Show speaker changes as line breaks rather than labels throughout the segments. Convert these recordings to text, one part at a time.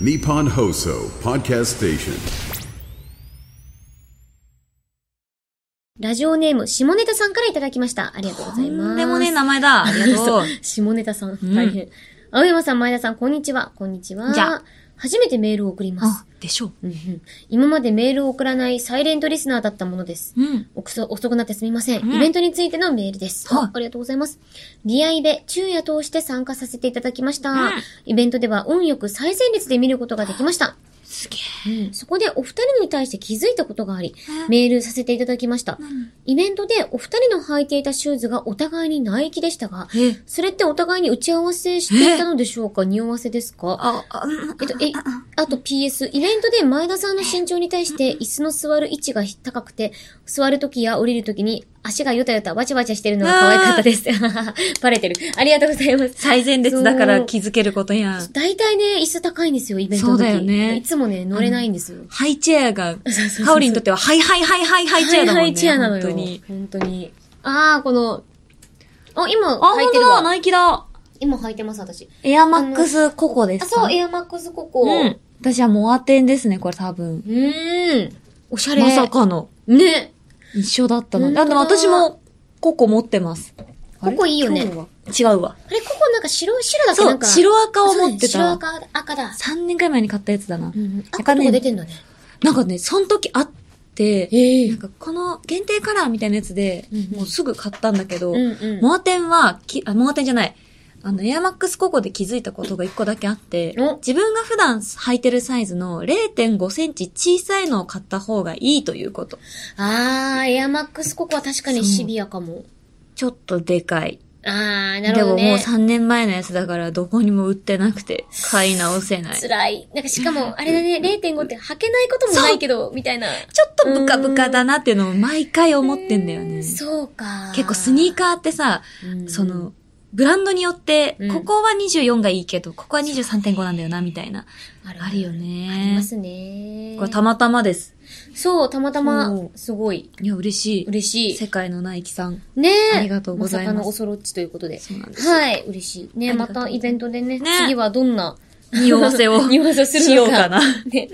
Nippon Hoso Podcast Station.
ラジオネーム、下ネタさんからいただきました。ありがとうございます。
でもね、名前だ。ありがとう。
下ネタさん、大変。青山さん、前田さん、こんにちは。こんにちは。
じゃあ
初めてメールを送ります
あ。、でしょう。
うんうん今までメールを送らないサイレントリスナーだったものです。
うん。
おくそ遅くなってすみません。
うん
イベントについてのメールです。
はい
あありがとうございます。リアイベ、昼夜通して参加させていただきました。
うん
イベントでは運よく最前列で見ることができました。
すげ
そこでお二人に対して気づいたことがあり、
え。
メールさせていただきました。
何
イベントでお二人の履いていたシューズがお互いにナイキでしたが、
え、
それってお互いに打ち合わせしていたのでしょうか匂わせですか
あ、あ、うん
えっと、え、あと PS、イベントで前田さんの身長に対して椅子の座る位置が高くて、座るときや降りるときに足がヨタヨタバチバチしてるのが可愛かったです。 バレてる。ありがとうございます。
最前列だから気づけることやん。
大体ね、椅子高いんですよ、イベントの時。
そうだよね
いつもね、乗れないんですよ。
ハイチェアが、
そうそうそう
カオリにとっては、ハイハイハイハイハイチェアだもんね。
ハイハイチェアなのよ。
本当に。。
本当に。あー、この、あ、今、
あ、
履いて
本当
る
だ、
わ。
ナイキだ。
今履いてます、私。
エアマックスココで
あ、
すか。
そう、エアマックスここ。
うん。私はモアテンですね、これ多分。
うーん。おしゃれ。
まさ。かの。
ね。
一緒だったの。
本当
あ
だ
でも私も、ココ持ってます。あれ
ココいいよね。
今日は違うわ。
あれ、ここなんか白、白だっけ
そ
なん
う、
か。
白赤を持って
そう
た。
だね白赤、赤だ。
3年くらい前に買ったやつだな
う。ん。赤
赤
と
ね
か出てんだね。
なんかね、その時あって、
え
なんかこの限定カラーみたいなやつで
うんう、ん
もうすぐ買ったんだけど
う、んうん。
モアテンはき、あ、モアテンじゃない。あの、エアマックスココで気づいたことが一個だけあって
お、
自分が普段履いてるサイズの0.5センチ小さいのを買った方がいいということ。
あー、エアマックスここは確かにシビアかも。
ちょっとでかい。
あー、なるほど
でももう
ね。
3年前のやつだからどこにも売ってなくて、買い直せない。ちょ
辛い。なんかしかも、あれだね、0.5って履けないこともないけど、みたいな。
っとブカブカだなっていうのを毎回思ってんだよね。結
そうか。
構スニー
ー、
カーってさ、その、ブランドによって
うん、
ここは24がいいけど、ここは23.5なんだよな、みたいな。
ある
あるよね。
ありますね。
これたまたまです。
そう、たまたま
そう、
すごい、
いや、嬉しい。
嬉し
世界のナイキさん。
い。ねえ。
ありがとうござい
ま
ます
さかのおそろっちということで。
そうなんです。
はい、嬉しい。ね
あり
ま
がとう
たイベントでね、
ね
次はどんな、
匂わせ を
匂わせをす
し
る
よ
の
う
か。
かな。
ね、ぜ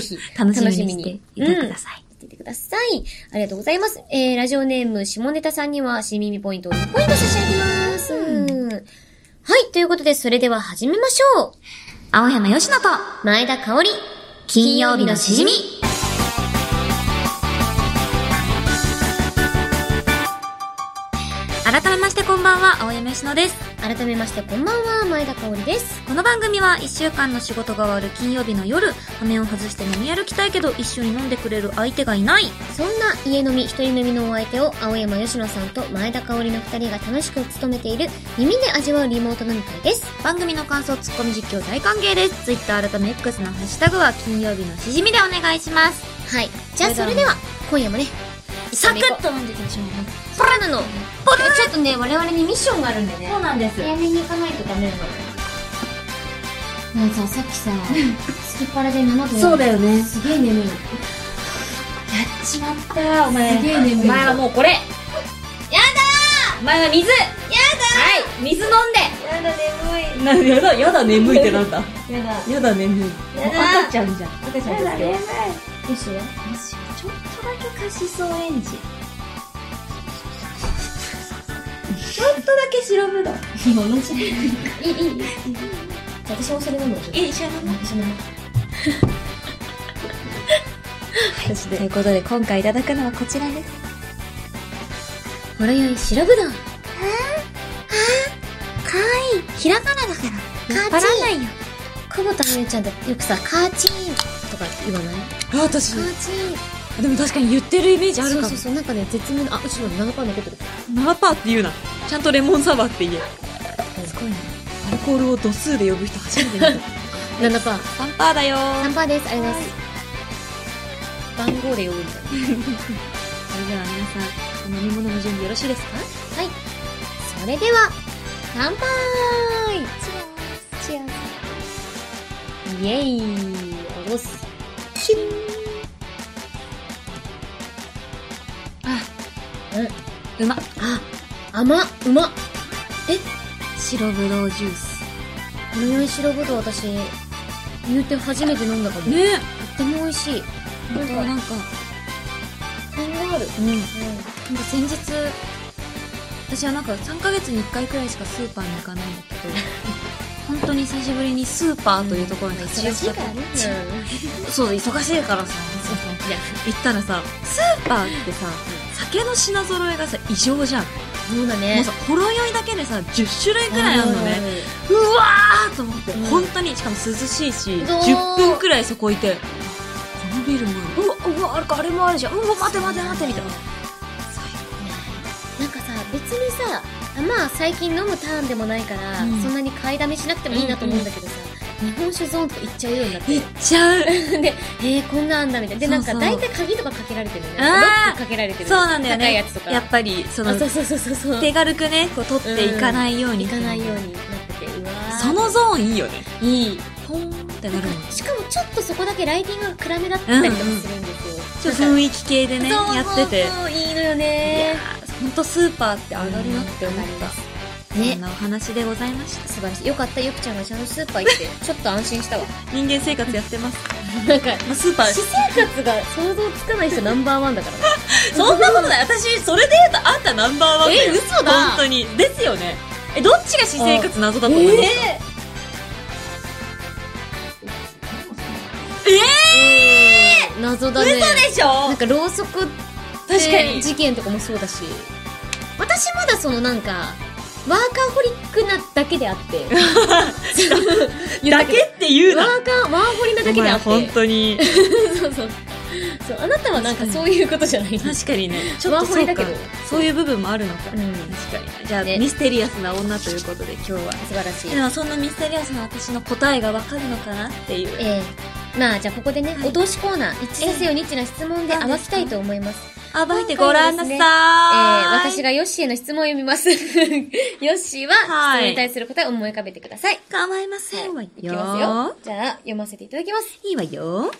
ひ、
楽しみにしていてくだ
さ
さい。
い。うん、見ててください。ありがとうございます。えー、ラジオネーム、下ネタさんには、しみみポイントを2ポイント差し上げます。はい、ということで、それでは始めましょう。
青山よしと、
前田香織、
金曜日のしじみ。改めましてこんばんは、青山よしです。
改めまして、こんばんは、前田香織です。
この番組は1週間の仕事が終わる金曜日の夜、羽目を外して飲み歩きたいけど一緒に飲んでくれる相手がいない。
そんな家飲み、一人飲みのお相手を、青山吉野さんと前田香織の二人が楽しく務めている、耳で味わうリモート飲み会です。
番組の感想、ツッコミ実況大歓迎です。Twitter 改め X のハッシュタグは金曜日のしじみでお願いします。
はい。じゃあ、それでは、今夜もね、
サクッと飲んでいきましょうね。
とらなのちょっとね、我々にミッションがあるんでね。
うなんです
早めに行かないとダメなの。なんさ、さっきさ、スキパラで7度
そうだよね。
すげえ眠い。
しまったよ、お前。
すげえ眠い
お前はもうこれ。やだーお前は水。やだはい、水飲ん
やだ眠
で。な、やだ、やだ眠いってなんだ。
い。やだ。
やだ眠い。
やだ
赤ちゃんじゃん。赤ちゃんですけど。
どうしよう。
ちょっとだけカシスオレンジ。ちょっとだけ白ぶどう。
今同じ。いい、いい、いい。じゃあ私もそれ飲むわ。
え、一緒 に飲
私も飲む。
ということで、今回いただくのはこちらです。
ほろ酔い、白ぶどう。
かわいい。ひらがなだから。
酔っ払わ
ないよ。
久保田美優ちゃんってよくさ、カーチーンとか言わない
あ、私
カ、ーチーン。
でも確かに言ってるイメージある
そう
か
そう
も。
そう、なんかね、絶妙な、あ、うちの7パー残ってる。
7%って言うな。ちゃんとレモンサワーって言え。
すごいね。
アルコールを度数で呼ぶ人初めて見 た。
7パー。
三パーだよ
ナンバーです。ありがとうございます。番号で呼ぶみたいな。
それでは皆さん、お飲み物の準備よろしいですか
それでは、乾杯チアーズイェイおろす。キュン
あ、
うん。
うま。
あ、甘っ、うまっ。
白ブドウジュース。
匂い白ぶどう私、言うて初めて飲んだかも。とっ
ね
ても美味しい。
なんか、なんか、
感がある。
うん。なんか
う
先日、私はなんか3ヶ月に1回くらいしかスーパーに行かないんだけ ど、本当に久しぶりにスーパーというところに一応行ったそう、忙しいから さ、
いや、
行ったらさ、スーパーってさ、酒の品揃えがさ、異常じゃん。
そうだ
もう
ね
さ。、ほろ酔いだけでさ、10種類くらいあるのね。うわーと思って、
うん
本当に、しかも涼しいし、
うわー
10分くらいそこいて、あこのビールもある。うわ、うわ、あれか、あれもあるじゃん。うわ、待て待て待て、みたいな。
なんかさ、別にさ、まあ最近飲むターンでもないから、
うん
そんなに買いだめしなくてもいいなと思うんだけどさ、日本酒ゾーンとか行っちゃうようになって
いっ。ちゃう。
で、 えー、こんなんあんだみたいな。で、
そ
な
うんそ
か
う
大体鍵とかかけられてるね。
あー
ロックかけられてる。
そうなんだよね。
高いやつとか。
やっぱり、その
あ、、そうそうそうそうそう。
手軽くね、こう取っていかないように。
行かないようになってて、うわー
そのゾーンいいよね。
いい。
ポンってな
なん
る
か
もん。
しかもちょっとそこだけライティングが暗めだったりとかするんです
ちょ
よ。
っと雰囲気系でね、
なんか
やってて。
そうそうそういいのよ
いや
ね。
ーほんとスーパーって上がるなって思っ
上がりま
た。そん
ね。
なお話でございました。
素晴らしい。よかった、ゆきちゃんがちゃんとスーパー行って、 ちょっと安心したわ。
人間生活やってます。
なん か、
まあ、スーパー
私、生活が想像つかない人ナンバーワンだ からね。
そんなことない。私、それで言うと、あんたナンバーワンだよ
え嘘だ
本当に。ですよね。え、どっちが私生活謎だと思いますか
え
え
ー謎
ー
だね。
嘘でしょ
なんかろうそくって
確かに
事件とかもそうだし私まだそのなんかワーカーホリックな だけであって
だけって言う
ワ
な。
ーカーワーホリなだけであって
お前本当に。
そうそうそうあなたはなんかそういうことじゃない
確かにね。
ちょっとそうか
そういう部分もあるのか。
うん
確かに。じゃあ、
ね
ミステリアスな女ということで、今日は。
素晴らしい
でも、そんなミステリアスな私の答えがわかるのかなっていう。
ええまあじゃあここでね、
はい
お通しコーナー一致させよニッチな質問で
ええ
暴きたいと思います
暴いてごらんなさー
え
い。
え私がヨッシーへの質問を読みます ヨッシーは質問に対する答えを思い浮かべてください、
構いません
は
わ
い
よ。
いきますよ。じゃあ、読ませていただきます。
いいわよ。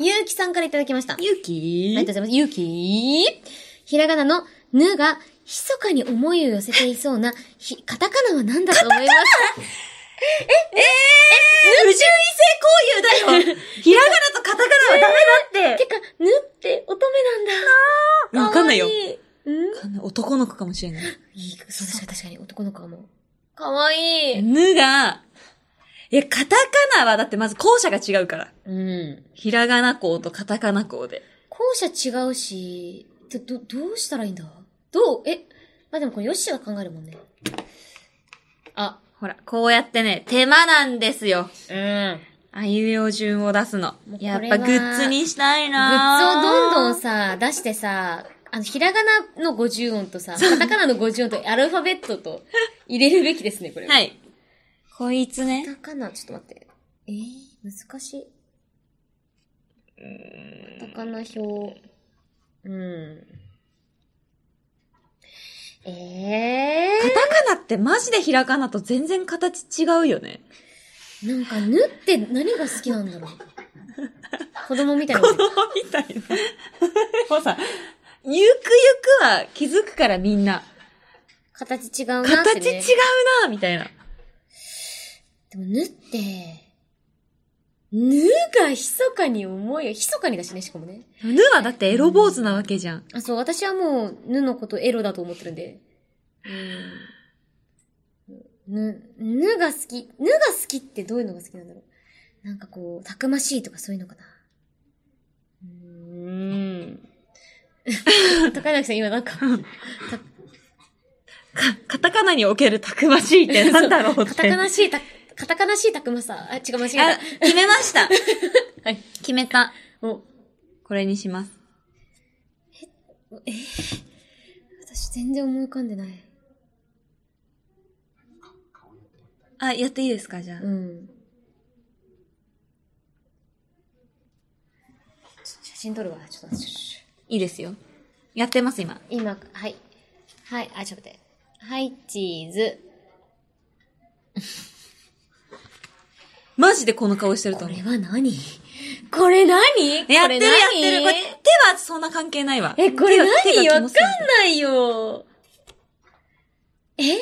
ゆうきさんからいただきました。
ゆき
ありがとうございます。ゆうきひらがなのぬが、密かに思いを寄せていそうな、ひ、カタカナは何だと思い ます
ええー、不純異性交友だよひらがなとカタカナはダメだって
てか、ぬって乙女なんだ。
わかんないよ
わいい。うん
男の子かもしれない。
いい、そう確かに確かに男の子はもう。かわいい。
ぬが、いや、カタカナはだってまず校舎が違うから。
うん。
ひらがな校とカタカナ校で。
校舎違うし、ど、ど、どうしたらいいんだどうえ、まあ、でもこれヨッシーが考えるもんね。あ、
ほら、こうやってね、手間なんですよ。
うん。
あいうえお順を出すの
もう。これ
や
は
っぱグッズにしたい
グッズを
な
どんどん
ん
さ、出してさ、あの、ひらがなの50音とさ、カタカナの50音とアルファベットと入れるべきですね、これ。。
はいい。こいつ
カ
ね。
タカナ、ちょっと待って。えー、難しい。カタカナ表。うん。え
カタカナってマジでひらがなと全然形違うよね。
ー、なんか、ぬって何が好きなんだろう。子供みたいな
子。供 みたいな。もうさ、ゆくゆくは気づくからみんな。
形違うなって、ね。
形違うなみたいな。
でも、ぬって、ぬが密かに思いを、密かにだしね、しかもね。
ぬはだってエロ坊主なわけじゃん。
あ、そう、私はもう、ぬのことエロだと思ってるんで。ぬ、ぬが好き。ぬが好きってどういうのが好きなんだろう。なんかこう、たくましいとかそういうのかな。うーん。高柳さん今なんか、
か、カタカナにおけるたくましいって なんだろうっ
カ
て。
タカナしいた、カタカナしいたくまさ。あ、違う、間違え
あ、決めました。
た。 はい。
決めた。
お、
これにします。
私全然思い浮かんでない。
あ、やっていいですかじゃあ。
うん。ちょ写真撮るわ。ちょっと待って。
いいですよ。やってます、今。
今、はい。はい、あ、ちょっと待って。はい、チーズ。
マジでこの顔してる
こ
と思う。
れは何 これ何
やってる、や
こ
って
れ
る。
何
これ手はそんな関係ないわ。
え、これ何
手が
わ
手
か
が
ん
気持ち悪
ないよ。え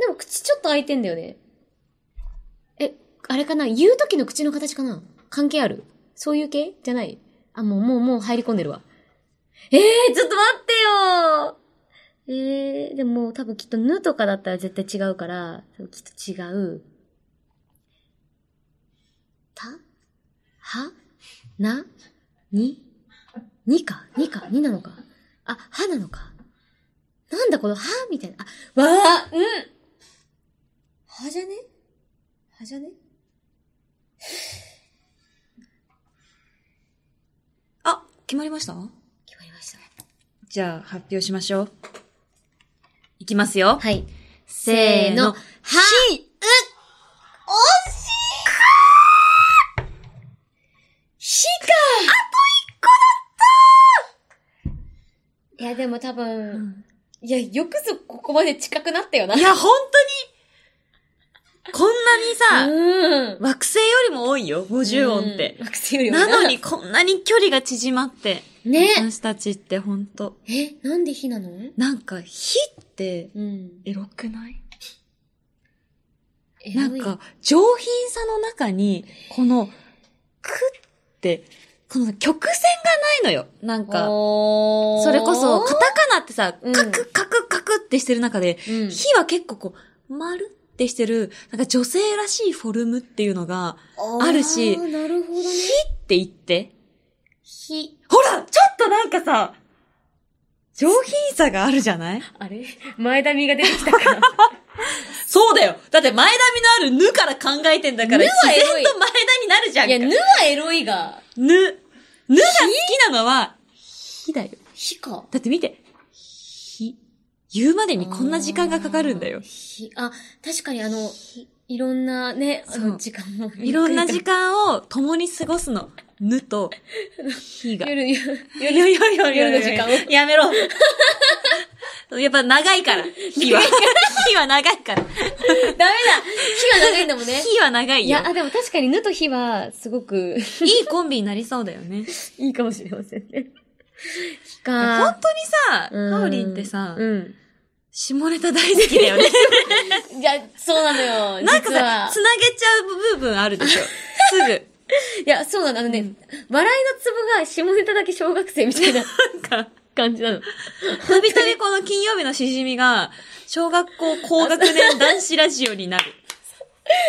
でも口ちょっと開いてんだよね。え、あれかな言う時の口の形かな関係あるそういう系じゃないあ、もう、もう、もう入り込んでるわ。ええー、ちょっと待ってよええー、でももう多分きっとぬとかだったら絶対違うから、多分きっと違う。たはなににかにかになのかあ、はなのかなんだこのはみたいな。あ、わあうんはじゃねはじゃね
あ、決まりました
決まりました。
じゃあ、発表しましょう。いきますよ。
はい。
せーの
は、
し、
しかあと一個だったいや、でも多分、いや、よくぞここまで近くなったよな。
いや、本当に、こんなにさ、
うん。
惑星よりも多いよ、50音って
うん。惑星よりも
なのに。こんなに距離が縮まって、
ね
私たちって本当
え、なんで火なの
なんか、火って、
うん。
エロくない
え
なんか、、上品さの中に、この、くって、この曲線がないのよ。なんか、
そ
それこそ、カタカナってさ、
うん
カクカクカクってしてる中で、
うん
火は結構こう、丸ってしてる、なんか女性らしいフォルムっていうのが、あるし
なるほどね。
火って言って、
火。
ほらちょっとなんかさ、上品さがあるじゃない
あれ前髪が出てきたか ら。
そうだよだって前髪のあるぬから考えてんだから、
ぬ
自
はエ
然
ロい
と前田になるじゃん
い
か。
や、ぬはエロいが。
ぬ、ぬが好きなのは、火だよ。
火か。
だって見て、火。言うまでにこんな時間がかかるんだよ。
火。あ、確かにあの、いろんなね、あ
そ
の
う
時間も。
いろんな時間を共に過ごすの。ぬと、火が。
夜、夜、
夜夜夜
夜の時間を
やめろ。 やっぱ長いから、火は。 火は長いから。
ダメだ火が長いんだもんね。
火は長い
い
よ。
や、あ、でも確かにぬと火は、すごく、
いいコンビになりそうだよね。
いいかもしれませんね。火
本
か。
当にさ、
うん
カオリンってさ、
うん。
下ネタ大好きだ よね。
いや、そうなのよ。
なんか
実
さ
は、
つなげちゃう部分あるでしょ。す ぐ。
いや、そうなの。あのね、笑いのツボが下ネタだけ小学生みたい な
なんか、
感じなの。
たびたびこの金曜日のしじみが、小学校高学年男子ラジオになる。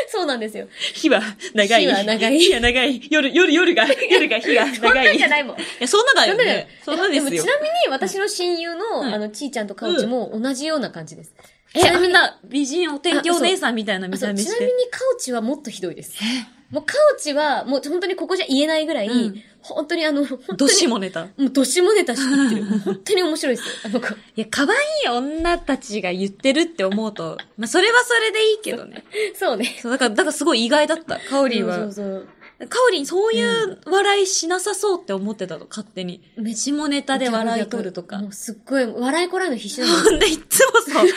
そうなんですよ。
日は長い。
日は長い
日は 長い。夜、夜、夜 が、夜が日が
そん
長
なん
い。
じゃないいもん。
や、そんなだよ
なんだよ
ね。そんなです
でも
よ
ち。なみに、私の親友の、
うん
あの、ちーちゃんとかうちも同じような感じです。
え、あんな美人お天気お姉さんみたいな
あ
見
そ
た
う
目
ち
し
なみ
て。
にカウチはもっとひどいです。もうカウチは、もう本当にここじゃ言えないぐらい、
うん
本当にあの、本当
ど
に、
しもネタ。
もうどしもネタしてってる。 本当に面白いですよ、あの子。
いや、可愛い女たちが言ってるって思うと、まあ、それはそれでいいけどね。
そうね。
そう、だから、だからすごい意外だった。カオリンは。
そうそう
カオリン、そういう笑いしなさそうって思ってたの、勝手に。
め
下ネ
そ
タ
う。
で笑い取るとか
も。うすっごい、笑いこらえるの必死なんだよ
ほんで、 いつも そう。い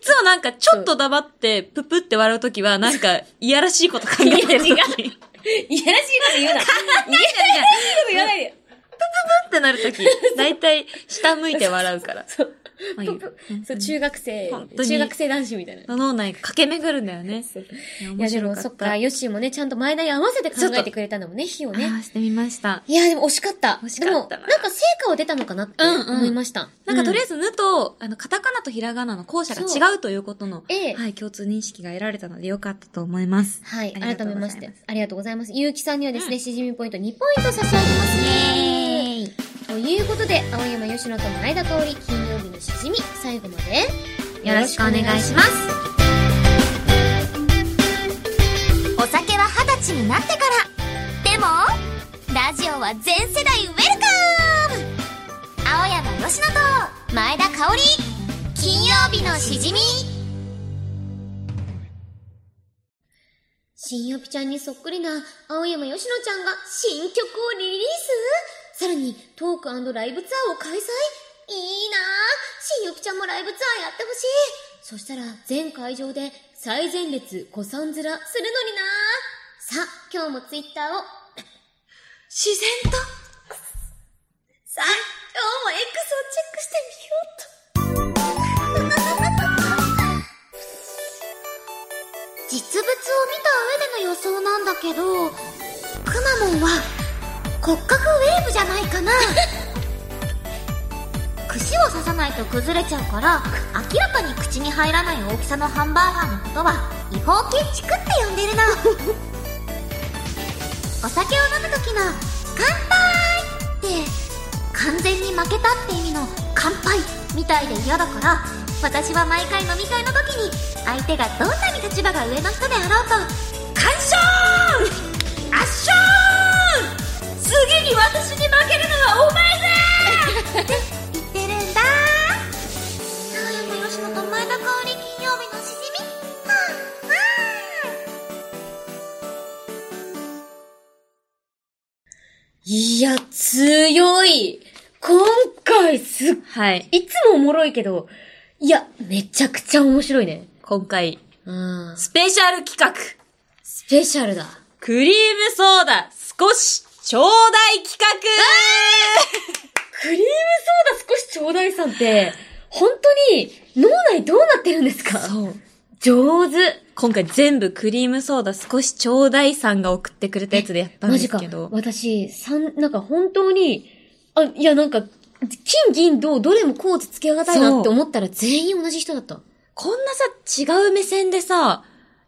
つもなんか、ちょっと黙って、ぷぷって笑うときは、なんか、いやらしいこと考えてる
いや違う
時。いやらしいこ
いやらしいこと 言うな。いやらしいこと言わないでよ。
とってなるとき、だいたい、下向いて笑うから。
そう。
まあいいよ
そう、中学生
本、当に
中学生男子みたいな。
脳内が駆け巡るんだよね。いや
いや、
面
で
白
も
か
そっ
った。
か、ヨッシーもね、ちゃんと前田に合わせて考えてくれたんだもんね、火をね。
ああ、してみました。
いや、でも惜しかった。
惜しかった
で
な
も、なんか成果は出たのかなって
うんうん
思いました。
なんか、とりあ
え
えず、ぬと、あの、カタカナとひらがなの校舎が違うということの、
ええ
はい、共通認識が得られたので、よかったと思います。
ず、はい、
ありがと
改め
うございま
ますして、ありがとうございます。ゆうきさんにはですね、しじみポイント2ポイント差し上げますね。
イェーイ。
ということで、青山吉野と前田香織、金曜日のしじみ、最後まで、
よろしくお願いします。
お酒は二十歳になってからでもラジオは全世代ウェルカム青山吉野と前田香織金曜日のしじみ
新予備ちゃんにそっくりな青山よしのちゃんが新曲をリリースさらにトークライブツアーを開催いいなあ新予備ちゃんもライブツアーやってほしいそしたら全会場で最前列子さん面するのになさあ、今日もツイッターを
自然と、
さあ、今日も X をチェックしてみようっと
実物を見た上での予想なんだけどくまモンは骨格ウェーブじゃないかな 串を刺さないと崩れちゃうから明らかに口に入らない大きさのハンバーガーのことは違法建築って呼んでるな お酒を飲む時の「乾杯!」って完全に負けたって意味の「乾杯」みたいで嫌だから私は毎回飲み会の時に相手がどんなに立場が上の人であろうと「完勝!」「圧勝!」「次に私に負けるのはお前だ!」って言ってるんだ青山吉野と前田香織金曜日のしじみはあはあ
いや、強い今回すっ、
はい。
いつもおもろいけど、いや、めちゃくちゃ面白いね。
今回、
うん。
スペシャル企画、
スペシャルだ。
クリームソーダ少しちょうだい企画
クリームソーダ少しちょうだいさんって、本当に脳内どうなってるんですか
そう。
上手。
今回全部クリームソーダ少しちょうだいさんが送ってくれたやつでやったん
マ
で
ジ
す
か
けど。。
私、三、なんか本当に、あ、いやなんか、金銀銅どれもコーツつけがたいなって思ったら全員同じ人だった。
こんなさ、違う目線でさ、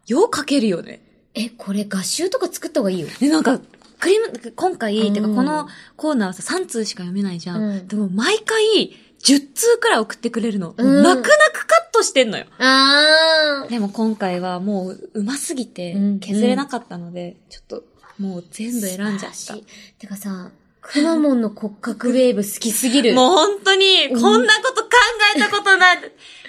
よう書けるよね。
え、これ合集とか作った方がいいよ。
で、なんか、クリーム、今回、
うん
てかこのコーナーはさ、3通しか読めないじゃん。
うん
でも毎回、10通くらい送ってくれるの。もう
うん
泣く泣くカットしてんのよ。
あー。
でも今回はもう、うますぎて
うん、
削れなかったので、ちょっと、もう全部選んじゃっ
素晴
た
らし。いてかさ、くまモンの骨格ウェーブ好きすぎる。
もう本当に、こんなこと考えたことない。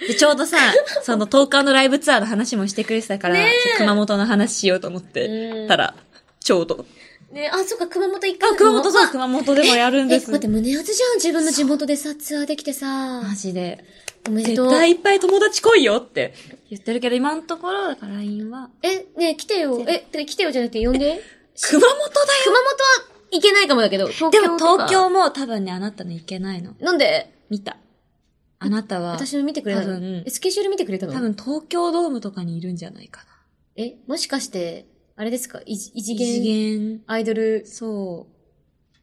で、ちょうどさ、その10日のライブツアーの話もしてくれてたから、熊本の話しようと思って
うん
たら、ちょうど。
ね、あ、そっか、熊本一回
あ、熊本
さ
そう、熊本でもやるん
え、
です
待っ。て、胸熱じゃん。自分の地元でさ、ツアーできてさ。
マジで。
おめでと
絶
う。
対いっぱい友達来いよって言ってるけど、今のところ、だから LINE は。
え、ねえ来てよ。え、てか来てよじゃなくて呼んで。
熊本だ
熊本は行けないかもだけど、東京
で
と
も
か。
東京も多分ね、あなたの行けないの。
なんで
見た。あなたは、
私の見てくれた
多分
のえ、スケジュール見てくれたの
多分東京ドームとかにいるんじゃないかな。
え、もしかして、あれですか異異次
異
元
次元。
アイドル、
そう。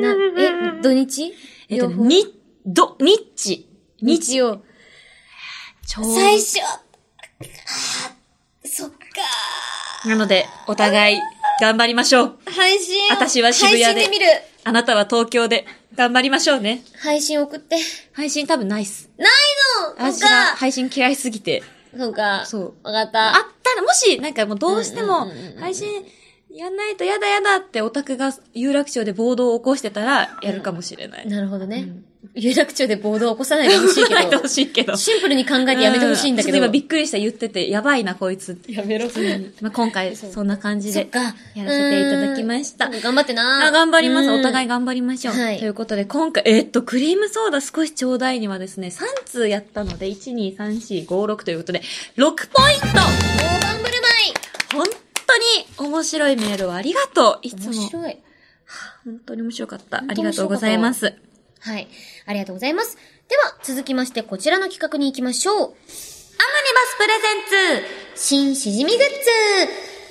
な、え、土日
えっと
両
ね、
方
に、ど、ニッチ。
日曜。
ちょうど
最初。あーそっか
なので、お互い、頑張りましょう。
ー。配信を
私は渋谷で
配信で見る。
あなたは東京で、頑張りましょうね。
配信送って。
配信多分ないっす。
ないの
私
そっ
は
か
配信嫌いすぎて。
そうか。
そう
わかった。
あったら、もし、なんかもうどうしても
うんうんうんうん、
配信やんないとやだやだってオタクが有楽町で暴動を起こしてたら、やるかもしれない。
なるほどね。有楽町で暴動を起こさないでほしい
やらない
け
で
ど
ほ、しいけど。
シンプルに考えてやめてほしいんだけど。
うちょっと今びっくりした言ってて、やばいな、こいつ。
やめろ、それ。
まあ、今回、そんな感じ
そっ
で、
か。
やらせていただきました
うん頑張ってな。
あ頑張ります。お互い
い。
頑張りましょう。
はい
ということで、今回、えーっと、クリームソーダ少しちょうだいにはですね、3通やったので、1、2、3、4、5、6ということで、6ポイント
大盤振る
本当に面白いメールをありがとういつ
舞い。面
も、
白い。
本当に面白かった。あ
当
り
面
がと
白
う
か
ご
った
ざいます。
はい。ありがとうございます。では、続きまして、こちらの企画に行きましょう。アムニバスプレゼンツ、新しじみグッズ、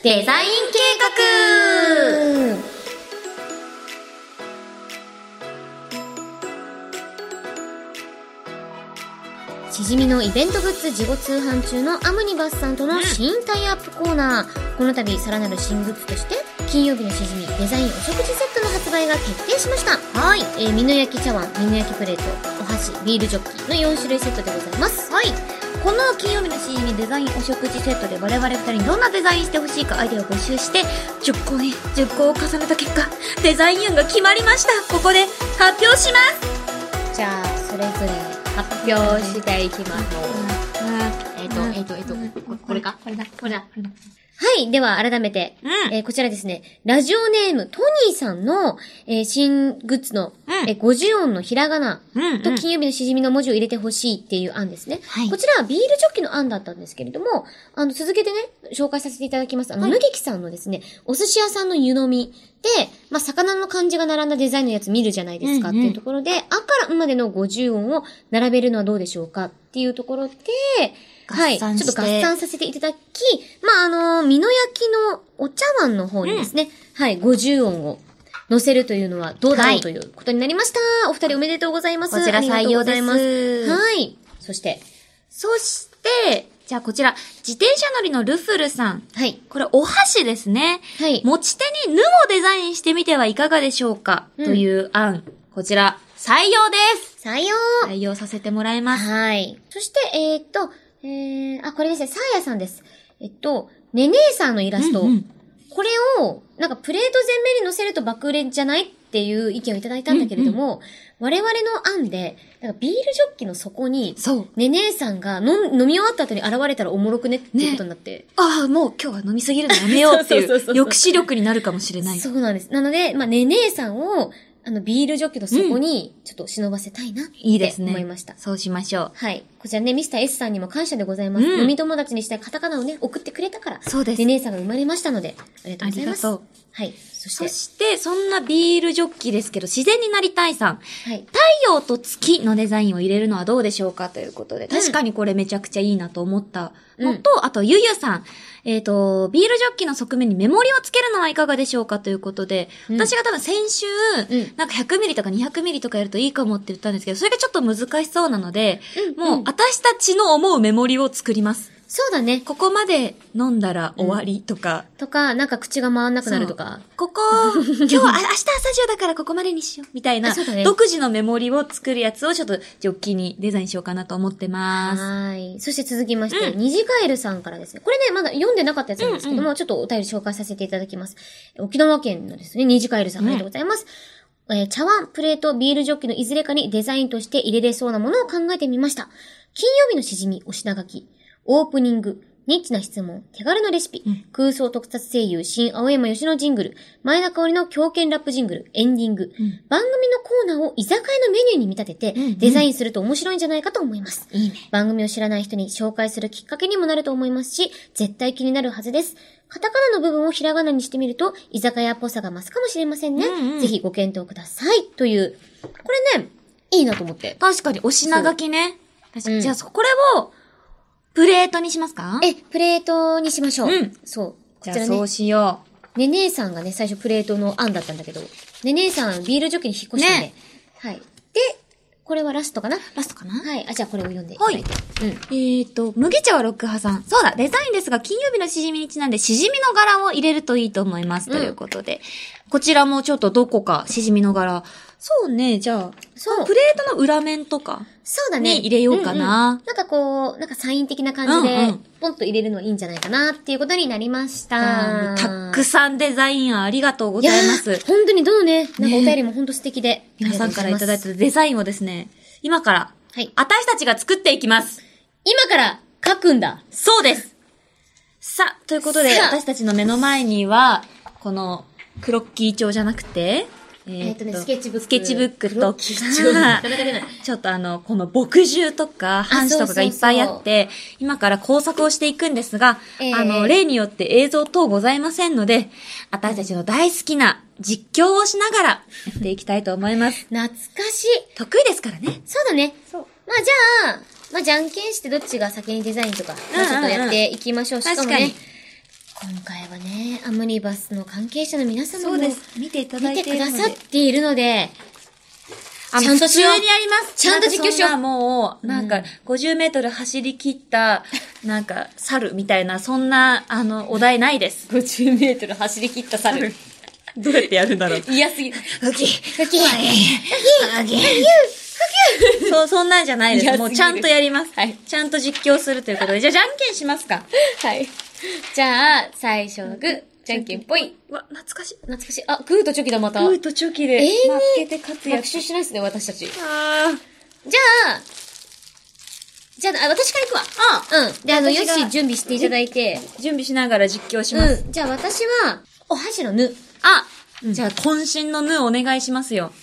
デザイン計画しじみのイベントグッズ事後通販中のアムニバスさんとの新タイアップコーナー。この度、さらなる新グッズとして、金曜日のしじみデザインお食事セットの発売が決定しました。はい。えー、美濃焼き茶碗、美濃焼きプレート、お箸、ビールジョッキの4種類セットでございます。はい。この金曜日のしじみデザインお食事セットで我々2人にどんなデザインしてほしいかアイデアを募集して、
10個に10個を重ねた結果、デザイン案が決まりました。ここで発表します
じゃあ、それぞれ発表していきます。えっ、と、えっ、と、えっ、と、ここれかこれだ。これだ。はい。では、改めて、
うん
えーこちらですね、ラジオネーム、トニーさんの、えー新グッズの、
うん
えー50音のひらがな
うんうん
と金曜日のしじみの文字を入れてほしいっていう案ですね。
はい
こちらはビールジョッキの案だったんですけれども、あの、続けてね、紹介させていただきます。あの、ぬげきさんのですね、お寿司屋さんの湯飲みで、まあ、魚の漢字が並んだデザインのやつ見るじゃないですか
う
っ
ん
て
うん
いうところで、あからんまでの50音を並べるのはどうでしょうかっていうところで、はい。ちょ
合算
っ
して
と合算させていただき、まあ、あの、美濃焼きのお茶碗の方にですね、はい、50音を乗せるというのはどうだ
は
ろう
い
ということになりました。お二人おめでとうございます。
こちら
あ
採用です
りがとうございますはい。そして、
そして、じゃあこちら、自転車乗りのルフルさん。
はい。
これ、お箸ですね。
はい
持ち手に「ぬ」をデザインしてみてはいかがでしょうか、
うん
という案。こちら、採用です
採用
採用させてもらいます。
はい。そして、えーっと、えー、あ、これですね、サーヤさんです。えっと、ねねえさんのイラスト。
うんうん
これを、なんかプレート全面に乗せると爆売れじゃないっていう意見をいただいたんだけれども、我々の案で、なんかビールジョッキの底に、
そう。
ねねえさんが飲ん飲み終わった後に現れたらおもろくねっていうことになって。
ああ、もう今日は飲みすぎるのやめようっていう
そうそうそうそう
抑止力になるかもしれない。
そうなんです。なので、まあ、ねねえさんを、あの、ビールジョッキの底に、ちょっと忍ばせたいな。
いいですね。
思いました
そうしましょ
はい。こちらね、ミスター S さんにも感謝でございます。
うん
飲み友達にしたいカタカナをね、送ってくれたから。
そうです
ねねえさんが生まれましたので、ありがとうございます。
ありがとう
はい。そし
う。
て
そ、して、そんなビールジョッキですけど、自然になりたいさん。
はい。
太陽と月のデザインを入れるのはどうでしょうかということで、確かにこれめちゃくちゃいいなと思ったのと、あと、ゆゆさん。えっ、と、ビールジョッキの側面にメモリをつけるのはいかがでしょうかということで、
うん
私が多分先週、
うん
なんか100ミリとか200ミリとかやるといいかもって言ったんですけど、それがちょっと難しそうなので、
うん
もう私たちの思うメモリを作ります。
そうだね。
ここまで飲んだら終わりとか、
とか、なんか口が回んなくなるとか。
ここ、今日、あ明日朝中だからここまでにしよう、みたい
あ
な、
そうだね
独自のメモリを作るやつをちょっとジョッキにデザインしようかなと思ってます。
はい。そして続きまして、
う
ニジカエルさんからですね。これね、まだ読んでなかったやつなんですけども、ちょっとお便り紹介させていただきます。沖縄県のですね、ニジカエルさん、あ
う
り
ん
がとうございます。えー茶碗、プレート、ビールジョッキのいずれかにデザインとして入れれそうなものを考えてみました。金曜日のしじみ、お品書き、オープニング、ニッチな質問、手軽なレシピ、空想特撮声優、新青山吉野ジングル、前田香織の狂犬ラップジングル、エンディング、
ん
番組のコーナーを居酒屋のメニューに見立てて、
うん
デザインすると面白いんじゃないかと思います。
いいね。
番組を知らない人に紹介するきっかけにもなると思いますし、絶対気になるはずです。カタカナの部分をひらがなにしてみると、居酒屋っぽさが増すかもしれませんね。
うんうん
ぜひご検討ください。という。これね、いいなと思って。
確かに、お品書きね。確かに
うん
じゃあ、これを、プレートにしますか
え、プレートにしましょう。
うん
そう。こち
じゃあ、
ら
そ
ね
う、しよ
ねねえさんがね、最初プレートの案だったんだけど、ねねえさん、ビールジョッキに引っ越したんで。
ね
はい。で、これはラストかな
う。ラストかな
はい。あ、じゃあこれを読んでいただいて。うん。
えーと、麦茶はロック派さん。そうだ、デザインですが、金曜日のしじみにちなんで、しじみの柄を入れるといいと思います。
うん
ということで。こちらもちょっとどこか、しじみの柄。そうね、じゃあ、
そう
プレートの裏面とか。
そうだね。
に入れようかな
うんうんなんかこう、なんかサイン的な感じ
うん
で
うん、
ポンと入れるのいいんじゃないかなっていうことになりまし
あ
た。
ーたくさんデザイン案ありがとうございます
いやー。本当にどのね、なんか
ね
お便りも本当素敵で。
皆さんからい
ありがと
ただい
うござます
たデザインをですね、今から、
はい
私たちが作っていきます。
今から書くんだ。
そうです。さあ、ということで、
さあ
私たちの目の前には、この、クロッキー帳じゃなくて、え
え
ー
っとね、スケッチブック。
スケッチブック
黒
と、
木 町なかなか出ない。
ちょっとあの、この墨汁とか、半紙とかがいっぱいあって、今から工作をしていくんですが、
ええ
あの、例によって映像等ございませんので、私たちの大好きな実況をしながらや っていきたいと思います。
懐かしい。
得意ですからね。
そうだね。
そう
まあじゃあ、まあじゃんけんしてどっちが先にデザインとか、まあちょっとやっていきましょう。し
うんうん
かも
確か
ね
に、
今回はね、アムニバスの関係者の皆様も
そうです。見ていただ
見
いて
て
いる
く
の
だ
で。
さっているので、
あの
ちゃんとしよう
普通にやります。
ちゃんと実況しよう
なんかそんなもう、なんか、50メートル走り切った、なんか、猿みたいな、そんな、あの、お題ないです。
50メートル走り切った猿。
どうやってやるんだろう。
嫌すぎる。
ウキ
ふき。
そう、そんなんじゃないで
いや
す。もうちゃんとやります。ちゃんと実況するということで。じゃあ、じゃんけんしますか。
はい。じゃあ、最初のグー、じゃんけんぽい。
わ、懐かしい。
懐かしい。あ、グーとチョキだ、また。
グ
拍
ーとチョキで、
永遠に
負けて勝つや
手
つ。
しないですね、私たち。じゃ
あー
あ、じゃあ、あ私から行くわ。
あ
うん。で、あの、よ
私が
し、準備していただいて。
準備しながら実況します。
うん。じゃあ、私は、お箸のぬ。
あ、じゃあ、渾身のぬお願いしますよ。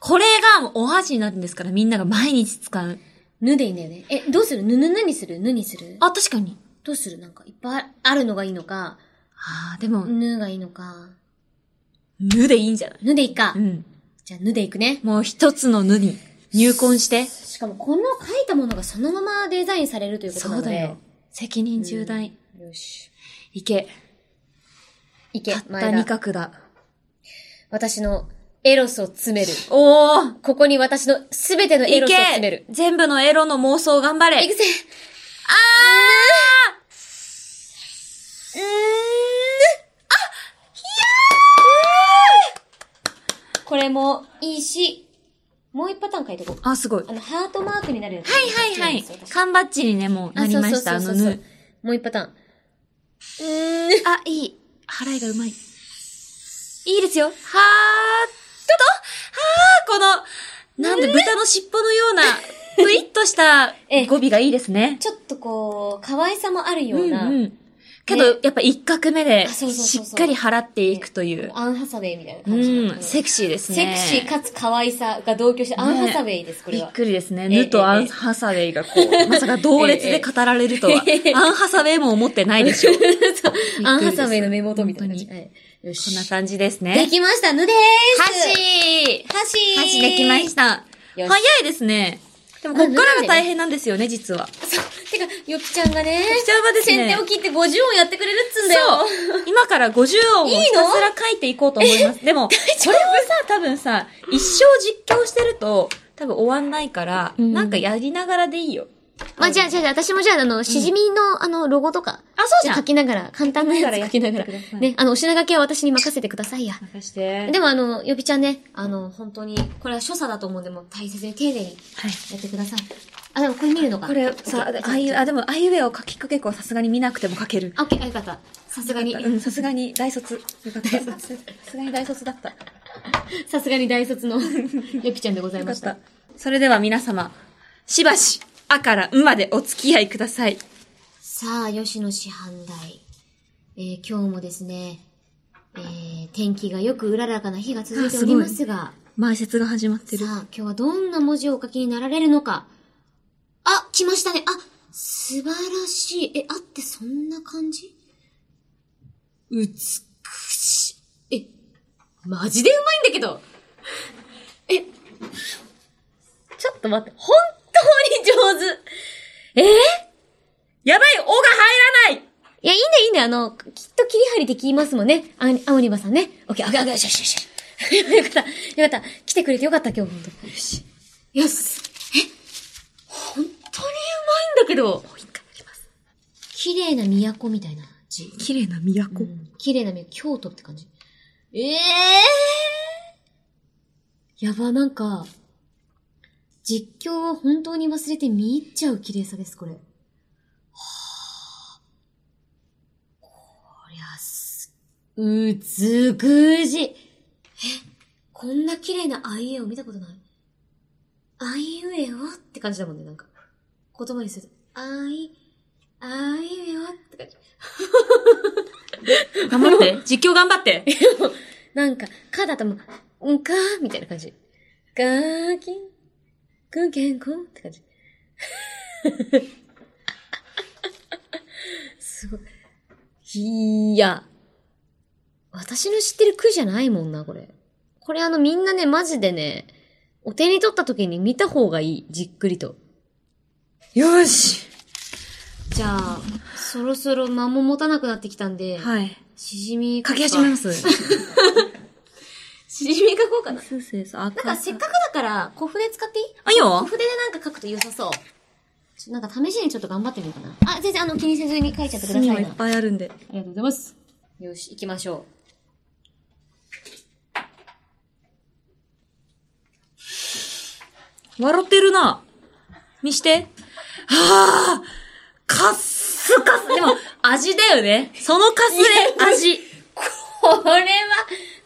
これがお箸になるんですから、みんなが毎日使う。
ぬでいいんだよね。え、どうするぬぬぬにするぬにする
あ、確かに。
どうするなんか、いっぱいあるのがいいのか、
ああ、でも、
ぬがいいのか。
ぬでいいんじゃない
ぬでいいか
う。ん。
じゃあ、ぬでいくね。
もう一つのぬに入魂して。
しかも、この書いたものがそのままデザインされるということなの
そう
で。
だよ。責任重大。
よし。
いけ。
いけ
たっ、た
前
二
田。
角だ。
私のエロスを詰める。
おー
ここに私のすべてのエ
い
ロスを詰め
け
る。
全部のエロの妄想頑張れ
いくぜ
あーうーん
これもいいし、もう一パターン書いてこう。
あ、すごい。
あの、ハートマークになるやつ。
はいはいは
そうな
い
んですよ私。
缶バッジにね、もうなりました。あ
あそ
の
うそうそうそう
ぬ。
もう一パターン。
あ、いい。払いがうまい。いいですよ。はーっと、はー、この、なんだ、豚の尻尾のような、プリッと した
ええ
語尾がいいですね。
ちょっとこう、可愛さもあるよ
う
うんな、
うん。けど、やっぱ一画目で、
あそうそう
し
そうそう
っかり払っていくという。
アンハサウェイみたいな
う
感じの。
ん、セクシーです
セ
ね。
クシーかつ可愛さが同居して、アンハサウェイです、これ
びっ
は。
くりですね。
ええ
ヌとアンハサウェイがこ う、まさか同列で語られるとは。アンハサウェイも思ってないでしょう。こ
アンハサウェイの目元みたいな感じ。
本
はいよ
んな
し。
感じです
で
ね。
きました、ぬでーす
箸
箸
箸できま
た
した。
よ
早
し
いですね。でも、こっからが大変なんですよね、実は。
てか、よきちゃんがね、
きちゃんはですね
先手を切って50音やってくれるっつうんだよ。
そう。今から50音をひたすら書いていこうと思います。でも、これをさ、多分さ、一生実況してると、多分終わんないから、
ん
なんかやりながらでいいよ。
まあ、じゃあ、じゃあ、私もじゃあ、あの、しじみの、あの、ロゴとか。
あ、そうじゃん
書。きながら、簡単なやつ書きながら
書きながらやってくだ。さい
ね、あの、お品書きは私に任せてくださいや。
任して。
でもあの、よびちゃんね、あの、本当に、これは所作だと思うんで、もう大切に丁寧に
はい。
やってください。あ、でもこれ見るのか。
これ
オッケー
さ、
オッケー
ああいう、あ、でも、あいうえお書きかけっこはさすがに見なくても書ける。
あ、オッケー、あ、よかった。さすがに、
うん、さすがに 大卒。よかった。さすがに大卒だった。よ
さすがに大卒のよぴちゃんでござい
か
ま
っ
した
た。。それでは皆様、しばし、あからんまでお付き合いください。
さあ、吉野師範代。えー、今日もですね、えー、天気がよくうららかな日が続いておりますが、
前説が始まって
さあ、今日はどんな文字をお書きになられるのか。あ、来ましたね。あ、素晴らしい。え、あってそんな感じ美しい。え、マジでうまいんだけど。え、ちょっと待って、本当に上手。えー、い
やばい、おが入らない
や、いいね、いいね。あの、きっと切り張りできますもんね。あ、あおりばさんね。オッケー、オッケー、オッケー、よしよしよ し。よかった、よかった。来てくれてよかった、今日、本当よし。よし。
本当にうまいんだけど。もう一回やります。
綺麗な都みたいな字。
綺麗な都。
綺麗な目、京都って感じ。ええー、やば、なんか、実況を本当に忘れて見入っちゃう綺麗さです、これ。はあ。こりゃす、美しい。え、こんな綺麗なあいうえを見たことないあいうえおって感じだもんね、なんか。言葉にすると。あい、あいうえおって感じ。
頑張って。実況頑 張って。
なんか、かだともう、んかーみたいな感じ。がーきん、くんけんこんって感じ。 すごい。いや。私の知ってる句じゃないもんな、これ。これあのみんなね、マジでね、お手に取った時に見た方がいい、じっくりと。
よし。
じゃあ、そろそろ間も持たなくなってきたんで、
はい。
しじみ。
書き始めますす。
しじみ書こうかな。
そうそうそう。あ、
なんかせっかくだから、小筆使っていい
あいいよ
小筆でなんか書くと良さそう。ちょなんか試しにちょっと頑張ってみようかな。あ、全然あの気にせずに書いちゃってください
墨
な。
もいっぱいあるんで。
ありがとうございます。よし、行きましょ
笑ってるな。見して。はあ、カッスカス。でも、味だよね。そのカスで味。
う。これは、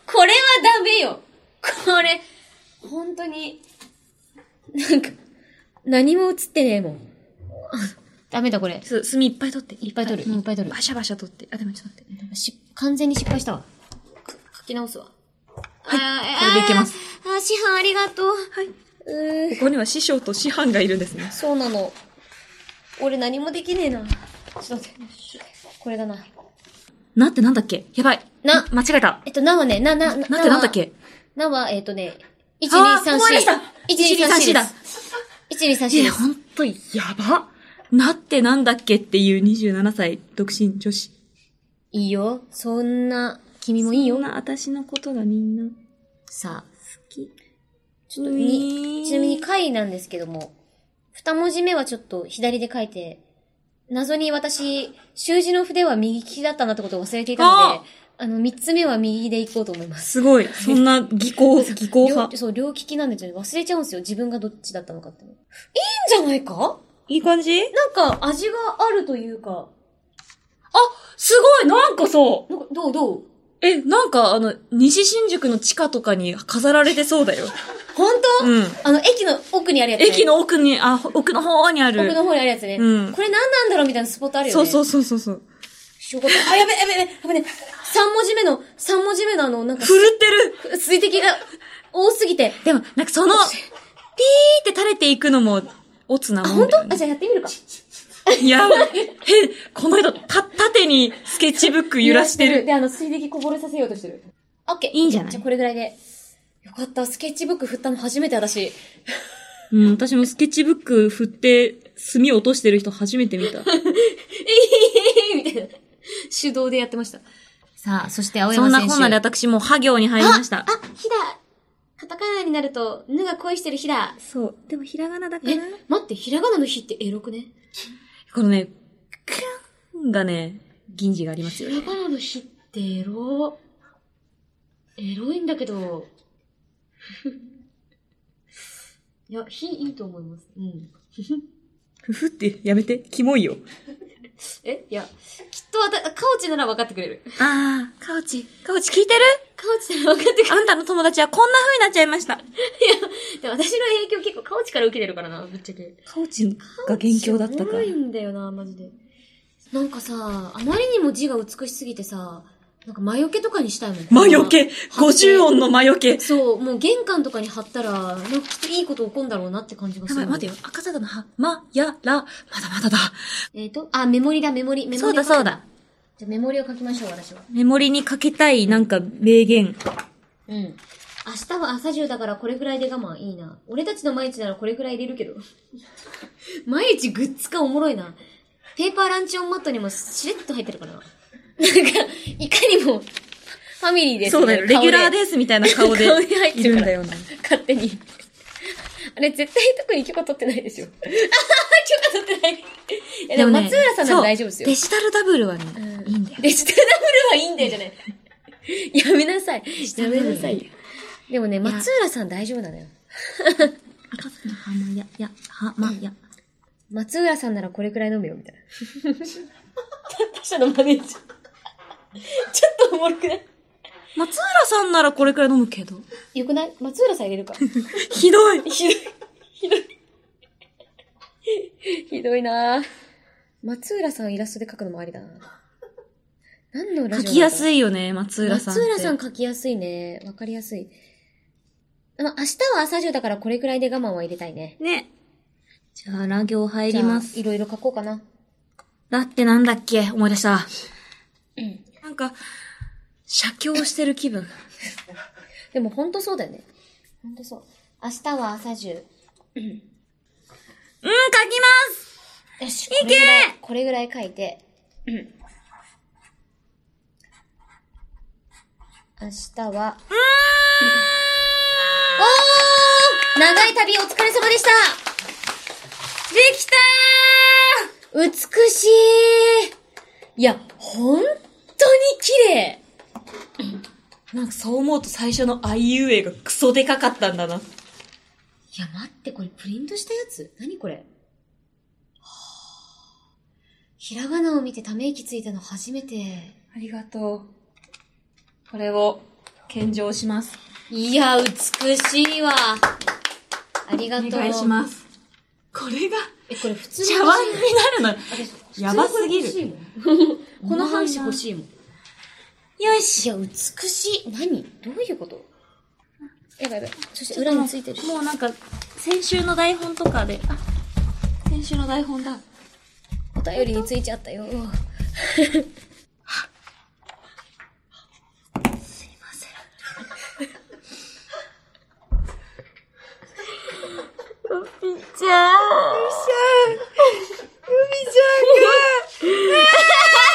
これはダメよ。これ、本当に、なんか、何も映ってねえもん。ダメだこれ。
す、墨いっぱい取って。
いっぱい取るいっぱい取る
バシャバシャ取って。あ、でもちょっと待って。
し完全に失敗したわ。書き直すわ。はい、
これでいけます
あー。あー、師範ありがとう。
はい。
うーん、
ここには師匠と師範がいるんですね。
そうなの。俺何もできねえな。ちょっと待って。これだな。
なってなんだっけやばい。
な
間違えた。
えっと、なはね、な、な、な
なってなんだっけ
なは、えっとね、1、2、
あー
3、4。
思い出した
1、2、3、4
123
だ
だ。
1、2、3、4
え、
です。
ほんと、やば。なってなんだっけっていう27歳、独身女子。
いいよ。そんな、君もいいよ
そん。な私のことがみんな好
さあ。
き。
ちょっとに、ちなみに回なんですけども、二文字目はちょっと左で書いて、謎に私、習字の筆は右利きだったなってことを忘れていたので
あ、
あの、三つ目は右で行こうと思います。
すごい。そんな技巧、技巧
両
派。
そう、両利きなんでちょっと忘れちゃうんですよ。自分がどっちだったのかっての。いいんじゃないか
いい感じ
なんか、味があるというか、
すごいなんかさ、
なんかどうどう
え、なんかあの、西新宿の地下とかに飾られてそうだよ。
本当、
うん。
あの、駅の奥にあるやつ、ね。
駅の奥に、あ、奥の方にあ
奥
る。
の方にあるやつね。
うん
これ何なんだろうみたいなスポットあるよ
そ
ね。
うそうそうそうそう。
仕事。あ、やべやべやべやべね。三文字目の、三文字目のあの、なんか、
ふるってる
水滴が多すぎて。
でも、なんかその、ピーって垂れていくのも、オツな
あ、
も
本
ん
当
だよ、
あ、
ね。
じゃあやってみるか。
いや、へ、この人、た、縦にスケッチブック揺らしてる。
で、あの、水滴こぼれさせようとしてる。オッケー。
いいんじゃない
じゃあこれぐらいで。よかった。スケッチブック振ったの初めて私。
うん、私もスケッチブック振って、墨落としてる人初めて見た。
え いみたいな。手動でやってました。さあ、そして青
そ
山
ん
選手。
なこんなで私もうハ行に入りました
あ、。ひだ。カタカナになると、ぬが恋してるひだ。
そう。でもひらがなだか
え、待って、ひらがなの日ってエロくね。
このね、くんがね、銀字がありますよ
ひ。らがなの日ってエロ。エロいんだけど。 いや、日いいと思います。うん。
ふふってやめて、キモいよ。
えいや、きっとわた、カオチなら分かってくれる。
あー、かおち、かおち聞いてる
カオチなら分かってくれ
あんたの友達はこんな風になっちゃいました。
る。で私の影響結構カオチから受けてるからな、ぶっちゃけ。
かおちが元凶だった
お
か
も
ら
ろい。んだよな、マジで。なんかさ、あまりにも字が美しすぎてさ、なんか魔除けとかにしたいもん。
魔除け
ん
!50 音の魔除け
そう、もう玄関とかに貼ったら、なんかきっといいこと起こんだろうなって感じがす
や
る。
ばい、待てよ。赤坂のは、ま、や、ら、まだまだだ。
えっ、と、あ、メモリだ、メモリ。メモリ
そうだそうだ。
じゃあメモリを書きましょう、私は。
メモリにかけたい、なんか、名言。
うん。明日は朝中だからこれぐらいで我慢いいな。俺たちの毎日ならこれぐらい入れるけど。 毎日グッズ化おもろいな。ペーパーランチオンマットにもしれっと入ってるからな。なんか、いかにも、ファミリーです、。
そうだよ。レギュラーですす、みたいな顔で
顔で入っ。
い
てる
る
か
ん
ら
だよな。
勝手に。あれ、絶対特 に許可取ってないでしょ。あはは許可取ってない。いや、でも
ね
松浦さんなら大丈夫ですよ
そうデ。ジタルダブルはね
う、ん
いいんだよ。
デジタルダブルはいいんだよじゃない。 やめなさい。やめなさいよ。でもね、松浦さん大丈夫なのよ。
赤坂のは、ま、や、や、は、ま、や。
松浦さんならこれくらい飲むよ、みたいな。 他社のマネージャー。ちょっとおもろくない
松浦さんならこれくらい飲むけど。
よくない松浦さん入れるか。
ひどい。
ひどい。ひどい。 ひどいなぁ松浦さんイラストで描くのもありだな何のラ
書
ジオ
きやす
い。
いよね、松浦さんっ
松
て。
浦さん書きやすいね。わかりやすい。あの、明日は朝中だからこれくらいで我慢は入れたいね。
ね。じゃあ、ラ行入ります
じゃあ。いろいろ書こうかな。
だってなんだっけ思い出した。なんか、写経してる気分。
でもほんとそうだよね。ほんとそう。明日は朝中。
うん、書きます
よし、
いけー
これぐらいこれぐらい書いて。うん明日は、おー長い旅お疲れ様でした
できた
美しいいや、ほんとに綺麗
ーなんかそう思うと最初のあいうえがクソでかかったんだな。
いや、待って、これプリントしたやつ何これはぁひらがなを見てため息ついたの初めて。
ありがとう。これを献上します。
いや、美しいわ。ありが
お
とう。
願いします。これが
え、これ普通
茶碗になるの。やばすぎる。
る。こ
こ
の
の
半
半紙
紙
欲
欲しいもん。い
よし。
や、美しい。何どういうことやばいやばい。そして裏についてる。
もうなんか、先週の台本とかで、あ、先週の台本だ。
お便りについちゃったよ。
みーちゃん。みちゃん。みちゃん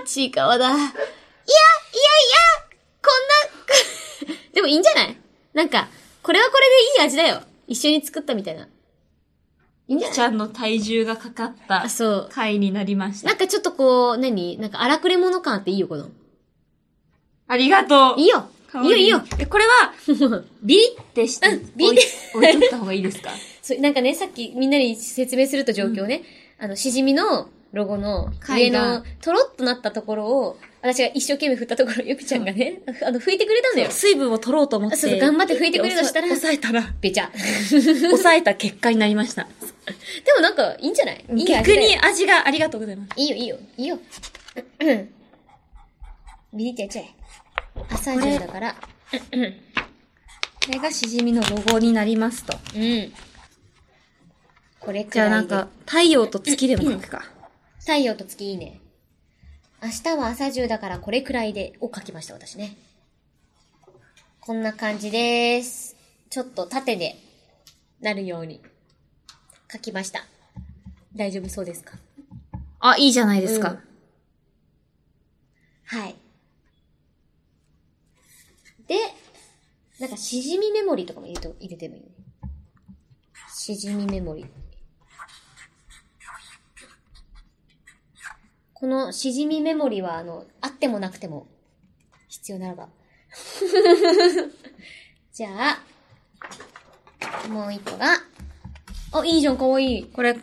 が。ちいかわだ。
こんな、でもいいんじゃないなんか、これはこれでいい味だよ。一緒に作ったみたいな。
みーちゃんの体重がかかった
あ、そう。
回になりました
なん。かちょっとこう、何なんか荒くれ者感あっていいよ、この。
ありがとう。
いいよ
かわ
いいよいいよ
え、これは、ビリってして、
うんビリ
置い置いとった方がいいですか
そうなんかね、さっきみんなに説明すると状況ね、あの、しじみのロゴの上
貝が
のとろっとなったところを、私が一生懸命振ったところ、ゆきちゃんがね、あの、拭いてくれたんだよ。
水分を取ろうと思って。
そうそう頑張って拭いてくれとしたら
抑えたら、
べち ゃ。
抑えた結果になりました。
でもなんか、いいんじゃないいい味
逆
だよ
に味がありがとうございます。
いいよ、いいよ、いいよ。 うんビリッちゃいちゃえ。朝10だから。
これがしじみのロゴになりますと。
うん。これく
じゃ
らい
あ
で。
なんか、太陽と月でも書くか。
太陽と月いいね。明日は朝10だからこれくらいで、を書きました、私ね。こんな感じです。ちょっと縦で、なるように、書きました。大丈夫そうですか
あ、いいじゃないです
う
か
ん。はい。で、なんか、しじみメモリーとかも入れて入れてもいいね。しじみメモリー。このしじみメモリーは、あの、あってもなくても、必要ならば。 じゃあ、もう一個が、あ、いいじゃん、かわいい。
これ、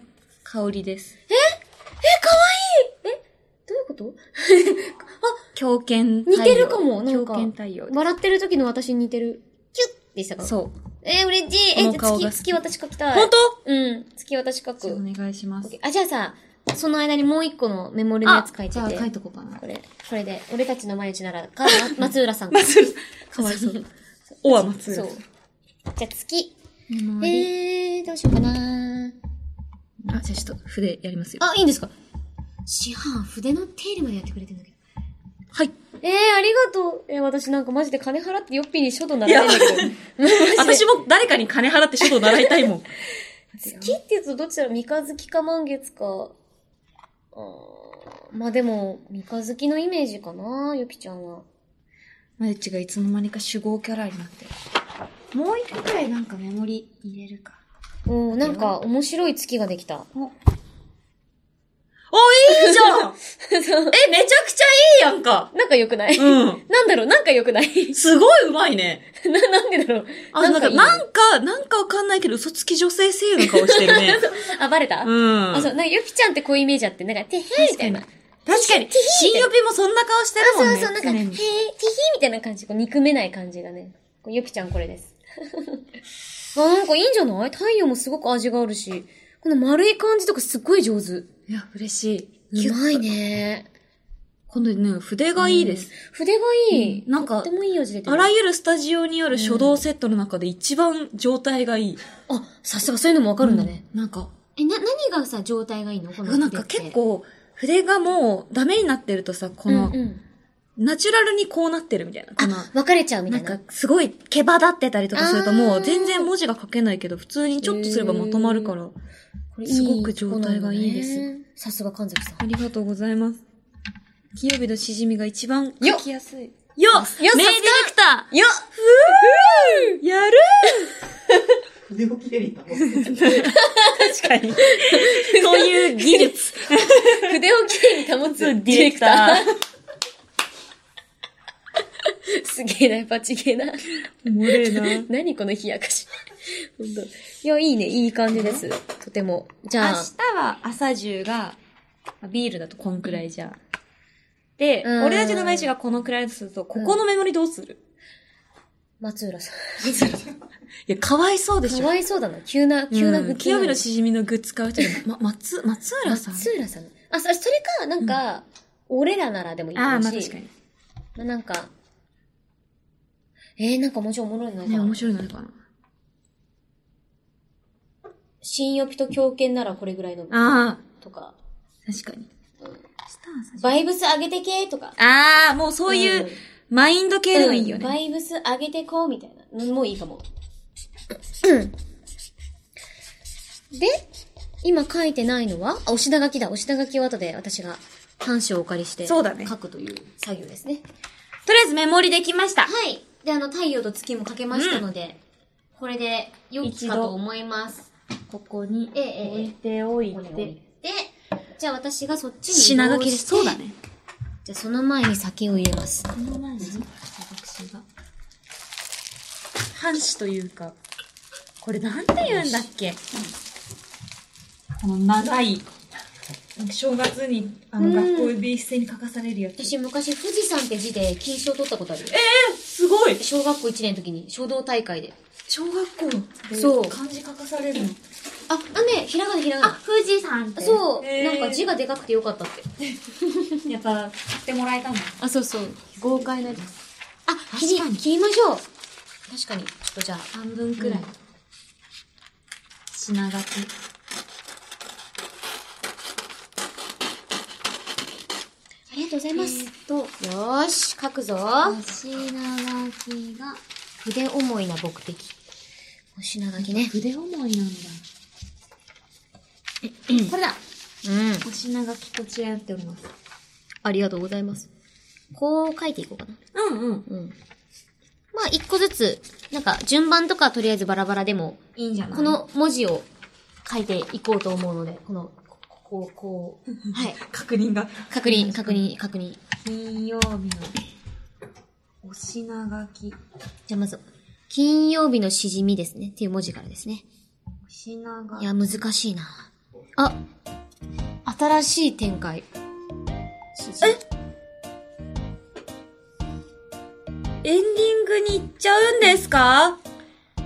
香りです。
え、かわいいえ、どういうこと
狂犬
似てるかも、なんか。
狂犬太陽。
笑ってる時の私に似てる。キュッってしたから。う。
そう。
えー、嬉しい。
こ
え、
の顔
月、
が
月私描きたい。
本
うん。月私描
当お
く。
願いします。
あ、じゃあさ、その間にもう一個のメモリのやつ書いて
じゃあ
て。
書いとこうかな
こ。れ、これで、俺たちの毎日なら、か、 ま松浦さんか。
松浦。かわいそう。おは松
そう
浦。。
じゃあ月。
周り
えー、どうしようかな
あ、じゃあちょっと筆やりますよ。
あ、いいんですか師範、筆の手入れまでやってくれてんだけど。
はい。
えー、ありがとう。えー、私なんかマジで金払ってよっぴに書道習ってんだけど。 マジで
私も誰かに金払って書道習いたい もん。
月って言うとどっちだろう三日月か満月か。あーまあでも、三日月のイメージかな、ゆきちゃんは。
マユッチがいつの間にか主語キャラになってるもう一個くらいなんかメモリ入れるか。
うん、なんか面白い月ができ た。
お、おいいじゃ んえ、めちゃくちゃいいやんか
なんか良くない、
うん。
なんだろうなんか良くない
すごいうまいね。
な、なんでだろう
あ、なんか、
いいね
なんか、なんかわかんないけど、嘘つき女性声優の顔してるね。
あ、バレた、
うん。
あ、そう、な
確
んかゆきちゃんってこういうイメージあって、なんか、てへーみたいな。あ、
かに、新予備もそんな顔してるも
そ
ん
う
ね。
そう、なんか、
常
へー、てへー
に
みたいな感じ。こう、憎めない感じだね。こうゆきちゃんこれ です。あ、なんかいいんじゃない太陽もすごく味があるし、この丸い感じとかすっごい上手。
いや、嬉しい。
うまい。ね。
今度ね、筆がいいです。
筆がいい。
うんなんか
とってもいい味出て
あ
る。
らゆるスタジオにある書道セットの中で一番状態がいい。
あ、さすがそういうのもわか
あ
るんだね。。
なんか、
え、な、何がさ、状態がいいのこの
なんか結、構、筆がもうダメになってるとさ、こ
うん
の、
うん。
ナチュラルにこうなってるみたいな。この、
あ、分かれちゃうみた
ないん
な。
かすごい毛羽立ってたりとかすると
あー
もう全然文字が書けないけど、普通にちょっとすればまとまるから。
これ
すごく状態がいいです
子なんだね。さすが神崎さん
あ。りがとうございます。木曜日のしじみが一番
よ
書きやすい。よよ名ディレクタ
よ
ーやる
筆を切れに保つ。
確かに。そういう技 術。
筆をきれいに保つディレクター。すげえな、バチゲえな。
ー。おもれえな。
何この冷やかし。ほんと。いや、いいね。いい感じです。とても。じゃあ、
は朝中が、ビールだとこんくらいじゃあ。で、
うん
俺たちの返しがこのくらいだとすると、ここのメモリどうする、
松浦さん。
いや、かわいそうでしょ。
かわいそうだな。急な、急な
う
グッ
ん
ズ
清
な
美のしじみのグッズ買う人に、ま、 松、松浦さん
松浦さん。あ、そそれか、なんか、俺らならでもいいか
ああ、
も
まあ
し
確かに。
なんか、えー、なんかもちろんおもろいの
ね、
が、
面白いのあるかな。
新予備と狂犬ならこれぐらいの、
ああ、
とか、
確かに。スターさん
バイブス上げてけとか。
ああ、もうそういう、マインド系でもいいよ
うんバ
ね。
イブス上げてこうみたいなのもいいかも。で、今書いてないのは、あ、お品書きだ。お品書きは後で私が短所をお借りして、
そうだね
書くという作業ですね。
とりあえずメモリできました。
はい。で、あの、太陽と月も書けましたので、これで良きか
一度
と思います。
ここに
ええええ
置いておい
これを置い
て。
て、じゃあ私がそっちに
品書きです。
そ
そうう
だ
だ
ね。
ね。
じゃあその前に酒を入れます。
この前に、私が、半紙というか、これなんて言うんだっけこの長い、
正月に、あ
う
の、
ん
学校で一斉に書かされるやつ。
私昔、富士山って字で金賞取ったことあるよ。
すごい
小学校1年の時に、書道大会で。
小学校で
そう
漢字書かされるの。
あ、あ、ね、ひらがなひらがな。
富士山っう。
そう、
へー
なんか字がでかくてよかったって。
やっぱ、買ってもらえたんだ。
あ、そうそう。豪快なやつ。あ、切
確か
り、
に
切りましょう。確かに。ちょっとじゃあ、
半分くらい。
うん
品書き。
ありがとうございます。
え
よ
ーと、
ーし、書くぞ。
品書きが、
筆思いな目的。お品書きね。
筆思いなんだ。これだ
うん。
お品書きと違いっております。
ありがとうございます。こう書いていこうかな。
うんうん。
うん。まあ、一個ずつ、なんか、順番とかとりあえずバラバラでも、
いいんじゃない
こ、の文字を書いていこうと思うので、この、ここう、こう、はい。
確認が。
確認、確認、確認。
金曜日の、お品書き。
じゃあまず、金曜日のしじみですね。っていう文字からですね。
お品書
い
き。
や、難しいな。あ、新しい展開。え
エンディングに行っちゃうんですか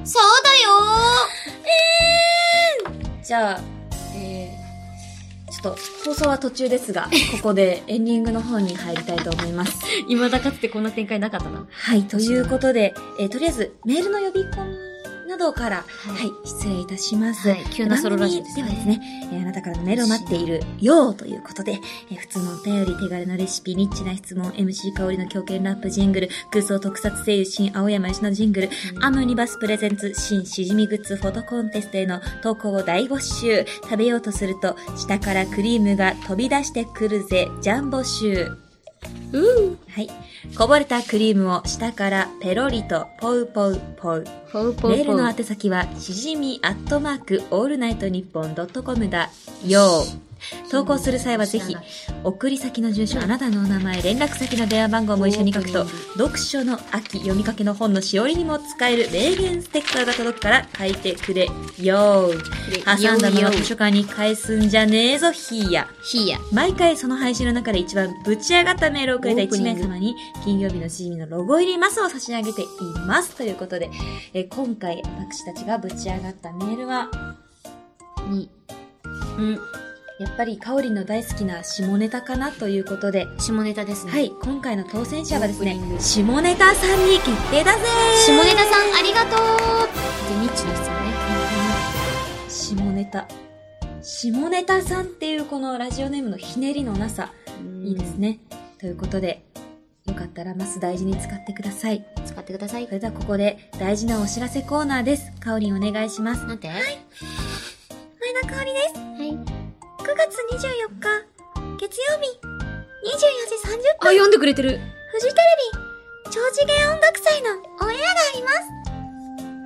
そうだよ
じゃあ、えー、ちょっと、放送は途中ですが、ここでエンディングの方に入りたいと思います。
ー未だかつてこんな展開なかったな。
はい、ということで、えーとりあえず、メールの呼び込みなどから、はい、失礼いたします。
はい急なソロラジオですね
番組ではですね、えーあなたからのメールを待っているようということで、えー普通のお便り、手軽なレシピ、ニッチな質問、MC 香りの狂犬ラップジングル、空想特撮声優、新青山吉野ジングル、アムニバスプレゼンツ、新しじみグッズフォトコンテストへの投稿を大募集。食べようとすると、下からクリームが飛び出してくるぜ、ジャンボ集。はい。こぼれたクリームを下からペロリとポウポウポウ。
ポウポウポウ。
メールの宛先は、しじみアットマークオールナイトニッポンドットコムだよー。投稿する際はぜひ、送り先の住所、あなたのお名前、連絡先の電話番号も一緒に書くと、読書の秋、読みかけの本のしおりにも使える名言ステッカーが届くから書いてくれよー。挟んだのは図書館に返すんじゃねえぞ、ひーや。
ひや。
毎回その配信の中で一番ぶち上がったメールをくれた1名様に金曜日のしじみのロゴ入りマスを差し上げていますということで、えー今回私たちがぶち上がったメールは
に、
うんやっぱりかおりの大好きな下ネタかなということで
下ネタですね。
はい今回の当選者がです
オー
ね
プニング
下ネタさんに決定だぜ
下ネタさんありがとうで、ニッチの質問ね。
下ネタ下ネタさんっていうこのラジオネームのひねりのなさいいです。ね、ということでよかったらマス大事に使ってください
使ってください
そ。れではここで大事なお知らせコーナーです。かおりんお願いします。
なんてはい。
前田かおりです。
はい。
9月24日、月曜日、24時30分、
あ、読んでくれてる。
フジテレビ、超次元音楽祭のオンエアがあります。
見てください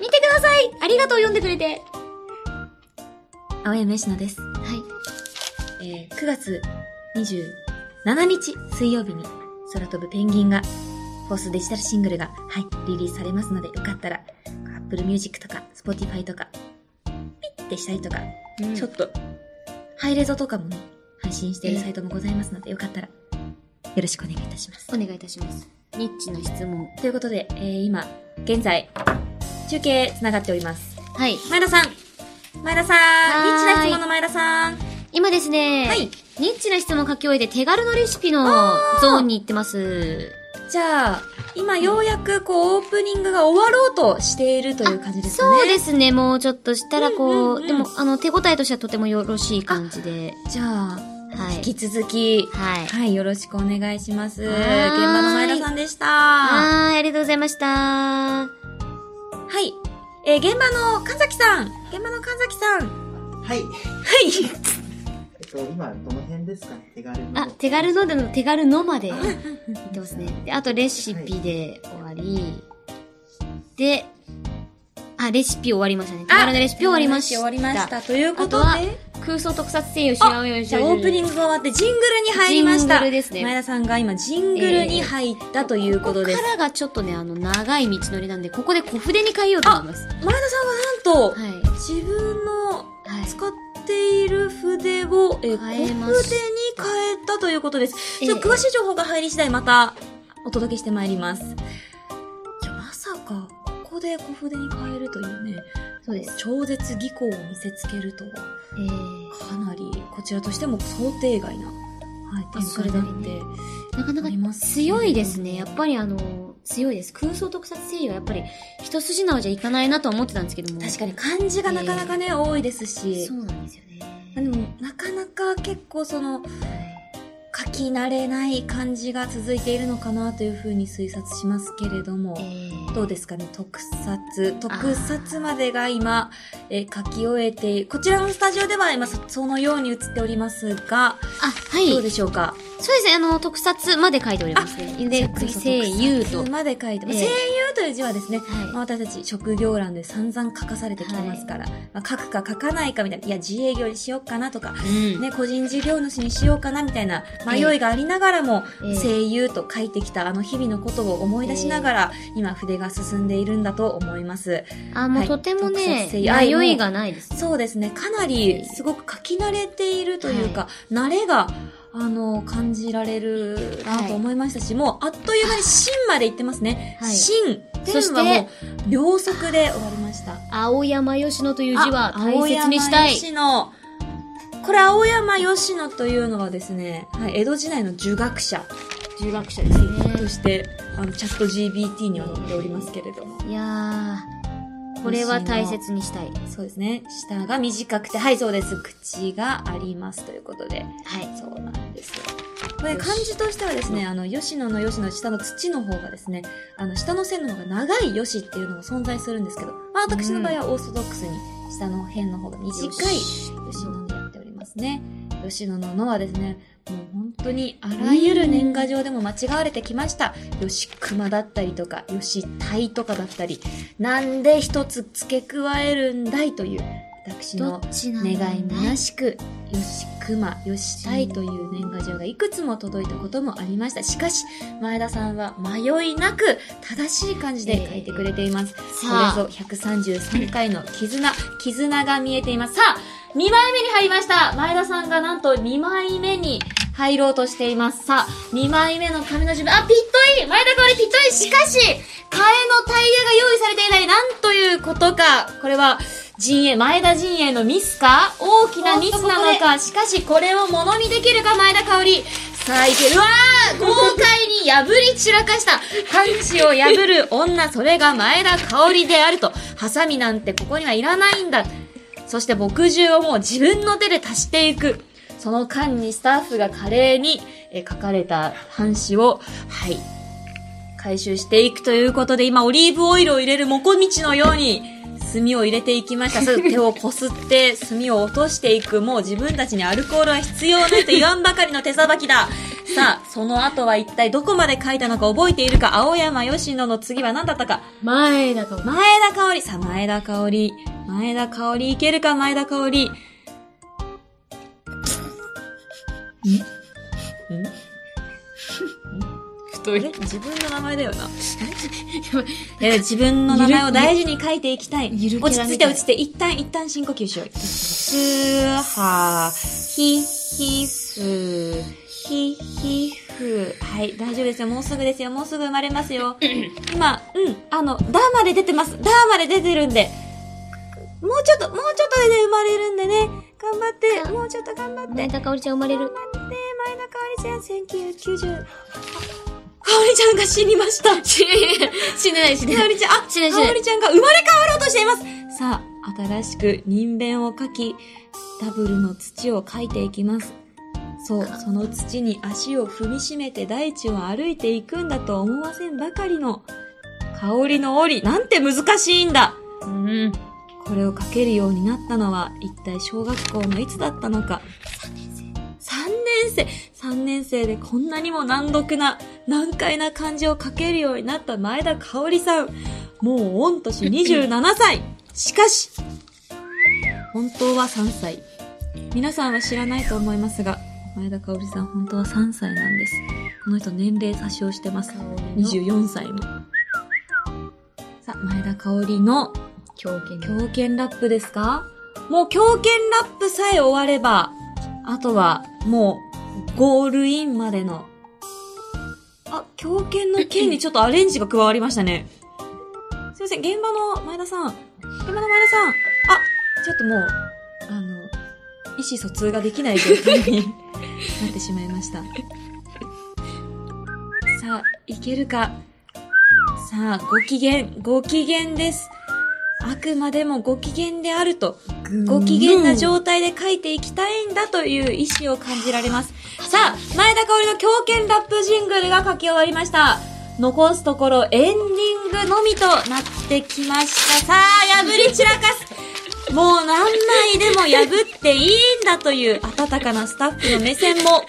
見てくださいありがとう、読んでくれて。
青山吉野です。
は
えー9月27日水曜日に空飛ぶペンギンが放送デジタルシングルが、はい、リリースされますのでよかったら Apple Music とか Spotify とかピッってしたりとか、
うん
ちょっと、ハイレゾとかもね、配信しているサイトもございますので、よかったら、よろしくお願いいたします。
お願いいたします。ニッチな質問。
ということで、えー今、現在、中継繋がっております。
はい。
前田さん前田さんニッ
は
チ
ーい
な質問の前田さん
今ですね、
はい
ニッチな質問を書き終えて手軽なレシピのゾーンに行ってます。
じゃあ、今ようやくこう、オープニングが終わろうとしているという感じですかね。
そうですね、もうちょっとしたらこう、
うんうんうん
でも、あの、手応えとしてはとてもよろしい感じで。
す。じゃあ、
はい。
引き続き、
はい。
はい、よろしくお願いします。現
はーい
場の前田さんでした。は
はーい、ありがとうございました。
い。えー現場の神崎さん現場の神崎さん
はい。
はい
えっと、今、どの辺ですかね手軽の。
あ、手軽のでの手軽のまで言ってますね。で、あとレシピで終わり。で、あ、レシピ終わりましたね。手軽のレシピ終わりました。
終わりました。ということ
あとは
で、
空想特撮声優し
あ
ようよ
じゃあオープニングが終わってジングルに入りまし
ジ
た。
ングルですね
前田さんが今ジングルに入ったということです
ここ。からがちょっとね、あの、長い道のりなんで、ここで小筆に変えようと思います。は
前田さんはなんと、
い。
自分の
はい。
使っている筆を、えー、小
変
筆
え
に
ま
変
した
えたということです。
ええ
ちょっと詳しい情報が入り次第またお届けしてまいります。じゃあまさか、ここで小筆に変えるというね、
そうです。
超絶技巧を見せつけるとは、
えー、
かなりこちらとしても想定外な、はい、展
それ
開
だ
な
けね
んで、
なかなか
ありますね
強いですね。やっぱりあの、強いです。空想特撮声優はやっぱり一筋縄じゃいかないなとは思ってたんですけども。
確かに漢字がなかなかね、多いですし、
そうなんですよね。
まあでも、なかなか結構その、書き慣れない感じが続いているのかなというふうに推察しますけれども
え、ー
どうですかね、特撮。特撮までが今、えー書き終えて、こちらのスタジオでは今そそのように映っておりますが、
あ、はい。
ど
そう
うでしょうか。
ですね。あの、特撮まで書いておりますね。で、次、声優と。は
特撮
い。
まで書いて、まあ
えー
声優という字はですね、まあ
は
私たち職業欄で散々書かされてきてますから、まあ書くか書かないかみたいな、いや、自営業にしようかなとか、
い。うん。
ね、個人事業主にしようかなみたいな迷いがありながらも、
ええ
声優と書いてきたあの日々のことを思い出しながら、今筆が進んでいるんだと思います。
あ、も
は
う
い
とても
特
ね、
撮声優あもう
迷いがないです。
そうですね、かなりすごく書き慣れているというか、慣れが、あの、感じられるなと思いましたし、もうあっという間に芯まで行ってますね。
はい
芯。
そして
天はもう秒速で終わりました。
青山吉野という
あ
字は大切にしたい。
青山吉野これ、青山吉野というのはですね、はい、江戸時代の儒学者
中学者です
と
ね。
して、あの、チャット GBT には載っておりますけれども。
いやー、これは大切にしたい。
そうですね。舌が短くて、はい、そうです。口がありますということで。
はい。
そうなんですよ。これ、漢字としてはですね、あの、吉野の吉野、下の土の方がですね、あの、下の線の方が長い吉っていうのも存在するんですけど、まあ、私の場合はオーソドックスに、下の辺の方が短い吉野でやっておりますね。吉野の「の」はですね、もう本当にあらゆる年賀状でも間違われてきました。吉熊だったりとか、吉鯛とかだったり、なんで一つ付け加えるんだいという、私
ど
の
っちなんだ
願
ろう
いむなしく、吉熊、吉鯛という年賀状がいくつも届いたこともありました。しかし、前田さんは迷いなく正しい感じで書いてくれています。
さあ
これぞ133回の絆、絆が見えています。さあ、2枚目に入りました。前田さんがなんと2枚目に入ろうとしています。さあ、2枚目の紙の順番、あ、ぴったり前田香織ぴったりしかし、替えのタイヤが用意されていない。なんということか。これは、陣営、前田陣営のミスか大きなミスなのか。しかし、これをものにできるか、前田香織。さあ、いけるわー豪快に破り散らかしたパンチを破る女、それが前田香織であると。ハサミなんてここにはいらないんだ。そして墨汁をもう自分の手で足していく。その間にスタッフが華麗にえー書かれた半紙を、はい、回収していくということで、今オリーブオイルを入れるモコ道のように、炭を入れていきました。すぐ手をこすって、炭を落としていく。もう自分たちにアルコールは必要ないと言わんばかりの手さばきだ。さあ、その後は一体どこまで書いたのか覚えているか。青山吉野の次は何だったか。
前だから。
前田香織。さあ、前田香織。前田香織、いけるか、前田香織。んん
どういう
れ自分の名前だよな。いや自分の名前を大事に書いていきたい。
ゆるキャラ
落ち着いて落ち着いて、一旦一旦深呼吸しよう。すは、ひ、ひ、す、ひ、ひ、ふ。はい、大丈夫ですよ。もうすぐですよ。もうすぐ生まれますよ。今、うん、あの、だまで出てます。だまで出てるんで。もうちょっと、もうちょっとでね、生まれるんでね。頑張って、もうちょっと頑張って。
前田香織ちゃん生まれる。
ねえ、前田香織ちゃん、1990。香織ちゃんが死にました。死
死ねない、死ね
香
ない。
織ちゃん、あ、
死ねない
香織ちゃんが生まれ変わろうとしています。さあ、新しく人弁を書き、ダブルの土を書いていきます。そう、その土に足を踏みしめて大地を歩いていくんだと思わせんばかりの、香りの檻、なんて難しいんだ
うん。
これを書けるようになったのは一体小学校のいつだったのか。3年生。3年生。3年生でこんなにも難読な、難解な漢字を書けるようになった前田香織さん。もう御年27歳。しかし、本当は3歳。皆さんは知らないと思いますが、前田香織さん本当は3歳なんです。この人年齢詐称してます。24歳も。さあ、前田香織の
狂犬。
狂犬ラップですかもう狂犬ラップさえ終われば、あとはもうゴールインまでの。あ、狂犬の剣にちょっとアレンジが加わりましたね。すいません、現場の前田さん。現場の前田さん。あ、ちょっともう、あの、意思疎通ができない状態になってしまいました。さあ、いけるか。さあ、ご機嫌、ご機嫌です。あくまでもご機嫌であると、ご機嫌な状態で書いていきたいんだという意志を感じられます。さあ、前田香織の狂犬ラップジングルが書き終わりました。残すところエンディングのみとなってきました。さあ、破り散らかす。もう何枚でも破っていいんだという温かなスタッフの目線も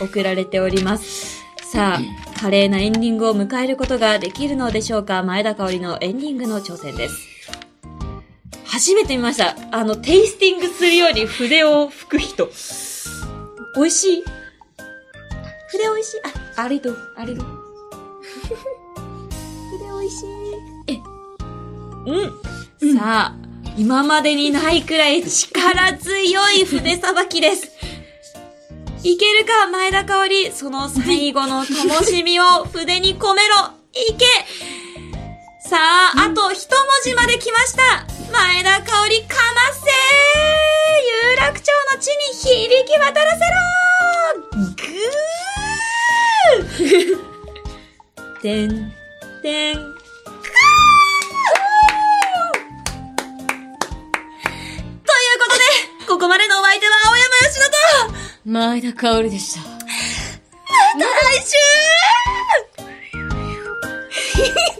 送られております。さあ、華麗なエンディングを迎えることができるのでしょうか前田香織のエンディングの挑戦です。初めて見ました。あの、テイスティングするように筆を拭く人。美味しい筆美味しいあ、あれど、あれど。筆美味しい。え、うん。さあ、今までにないくらい力強い筆さばきです。いけるか、前田香織。その最後の灯火を筆に込めろ。いけさあ、あと一文字まで来ました前田香織かませ有楽町の地に響き渡らせろぐー てん、てん、かーということで、ここまでのお相手は青山よしと
前田香織でした。
また来週